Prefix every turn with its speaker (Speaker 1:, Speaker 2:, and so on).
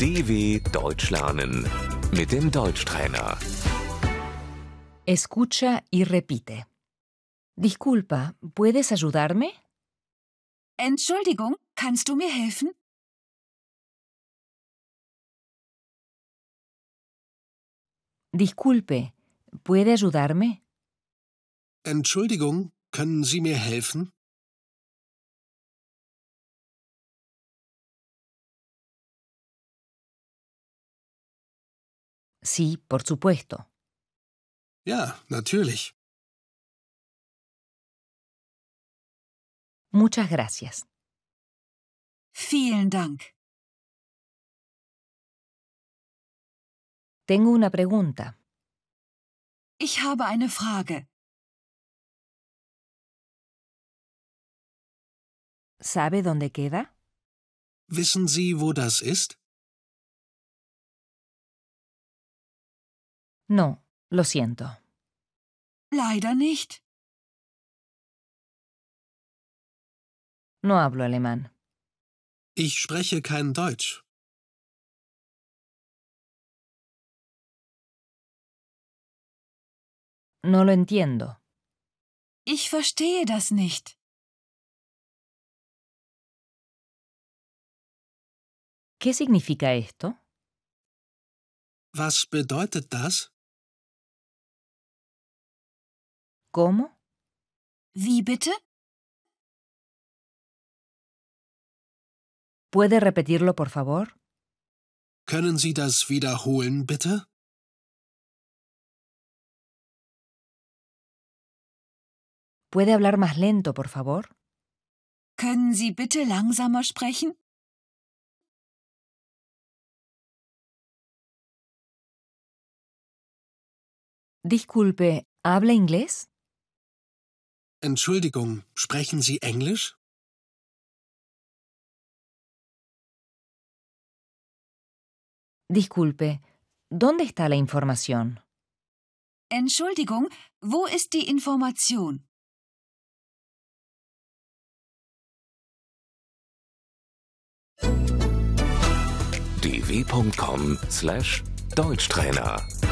Speaker 1: DW Deutsch lernen mit dem Deutschtrainer.
Speaker 2: Escucha y repite. Disculpa, ¿puedes ayudarme?
Speaker 3: Entschuldigung, kannst du mir helfen?
Speaker 2: Disculpe, ¿puede ayudarme?
Speaker 4: Entschuldigung, können Sie mir helfen?
Speaker 2: Sí, por supuesto.
Speaker 4: Ja, natürlich.
Speaker 2: Muchas gracias.
Speaker 3: Vielen Dank.
Speaker 2: Tengo una pregunta.
Speaker 3: Ich habe eine Frage.
Speaker 2: ¿Sabe dónde queda?
Speaker 4: Wissen Sie, wo das ist?
Speaker 2: No, lo siento.
Speaker 3: Leider nicht.
Speaker 2: No hablo alemán.
Speaker 4: Ich spreche kein Deutsch.
Speaker 2: No lo entiendo.
Speaker 3: Ich verstehe das nicht.
Speaker 2: ¿Qué significa esto?
Speaker 4: Was bedeutet das?
Speaker 2: ¿Cómo?
Speaker 3: Wie bitte?
Speaker 2: ¿Puede repetirlo, por favor?
Speaker 4: Können Sie das wiederholen, bitte?
Speaker 2: ¿Puede hablar más lento, por favor?
Speaker 3: Können Sie bitte langsamer sprechen?
Speaker 2: Disculpe, ¿habla inglés?
Speaker 4: Entschuldigung, sprechen Sie Englisch?
Speaker 2: Disculpe, ¿dónde está la información?
Speaker 3: Entschuldigung, wo ist die Information?
Speaker 1: dw.com/deutschtrainer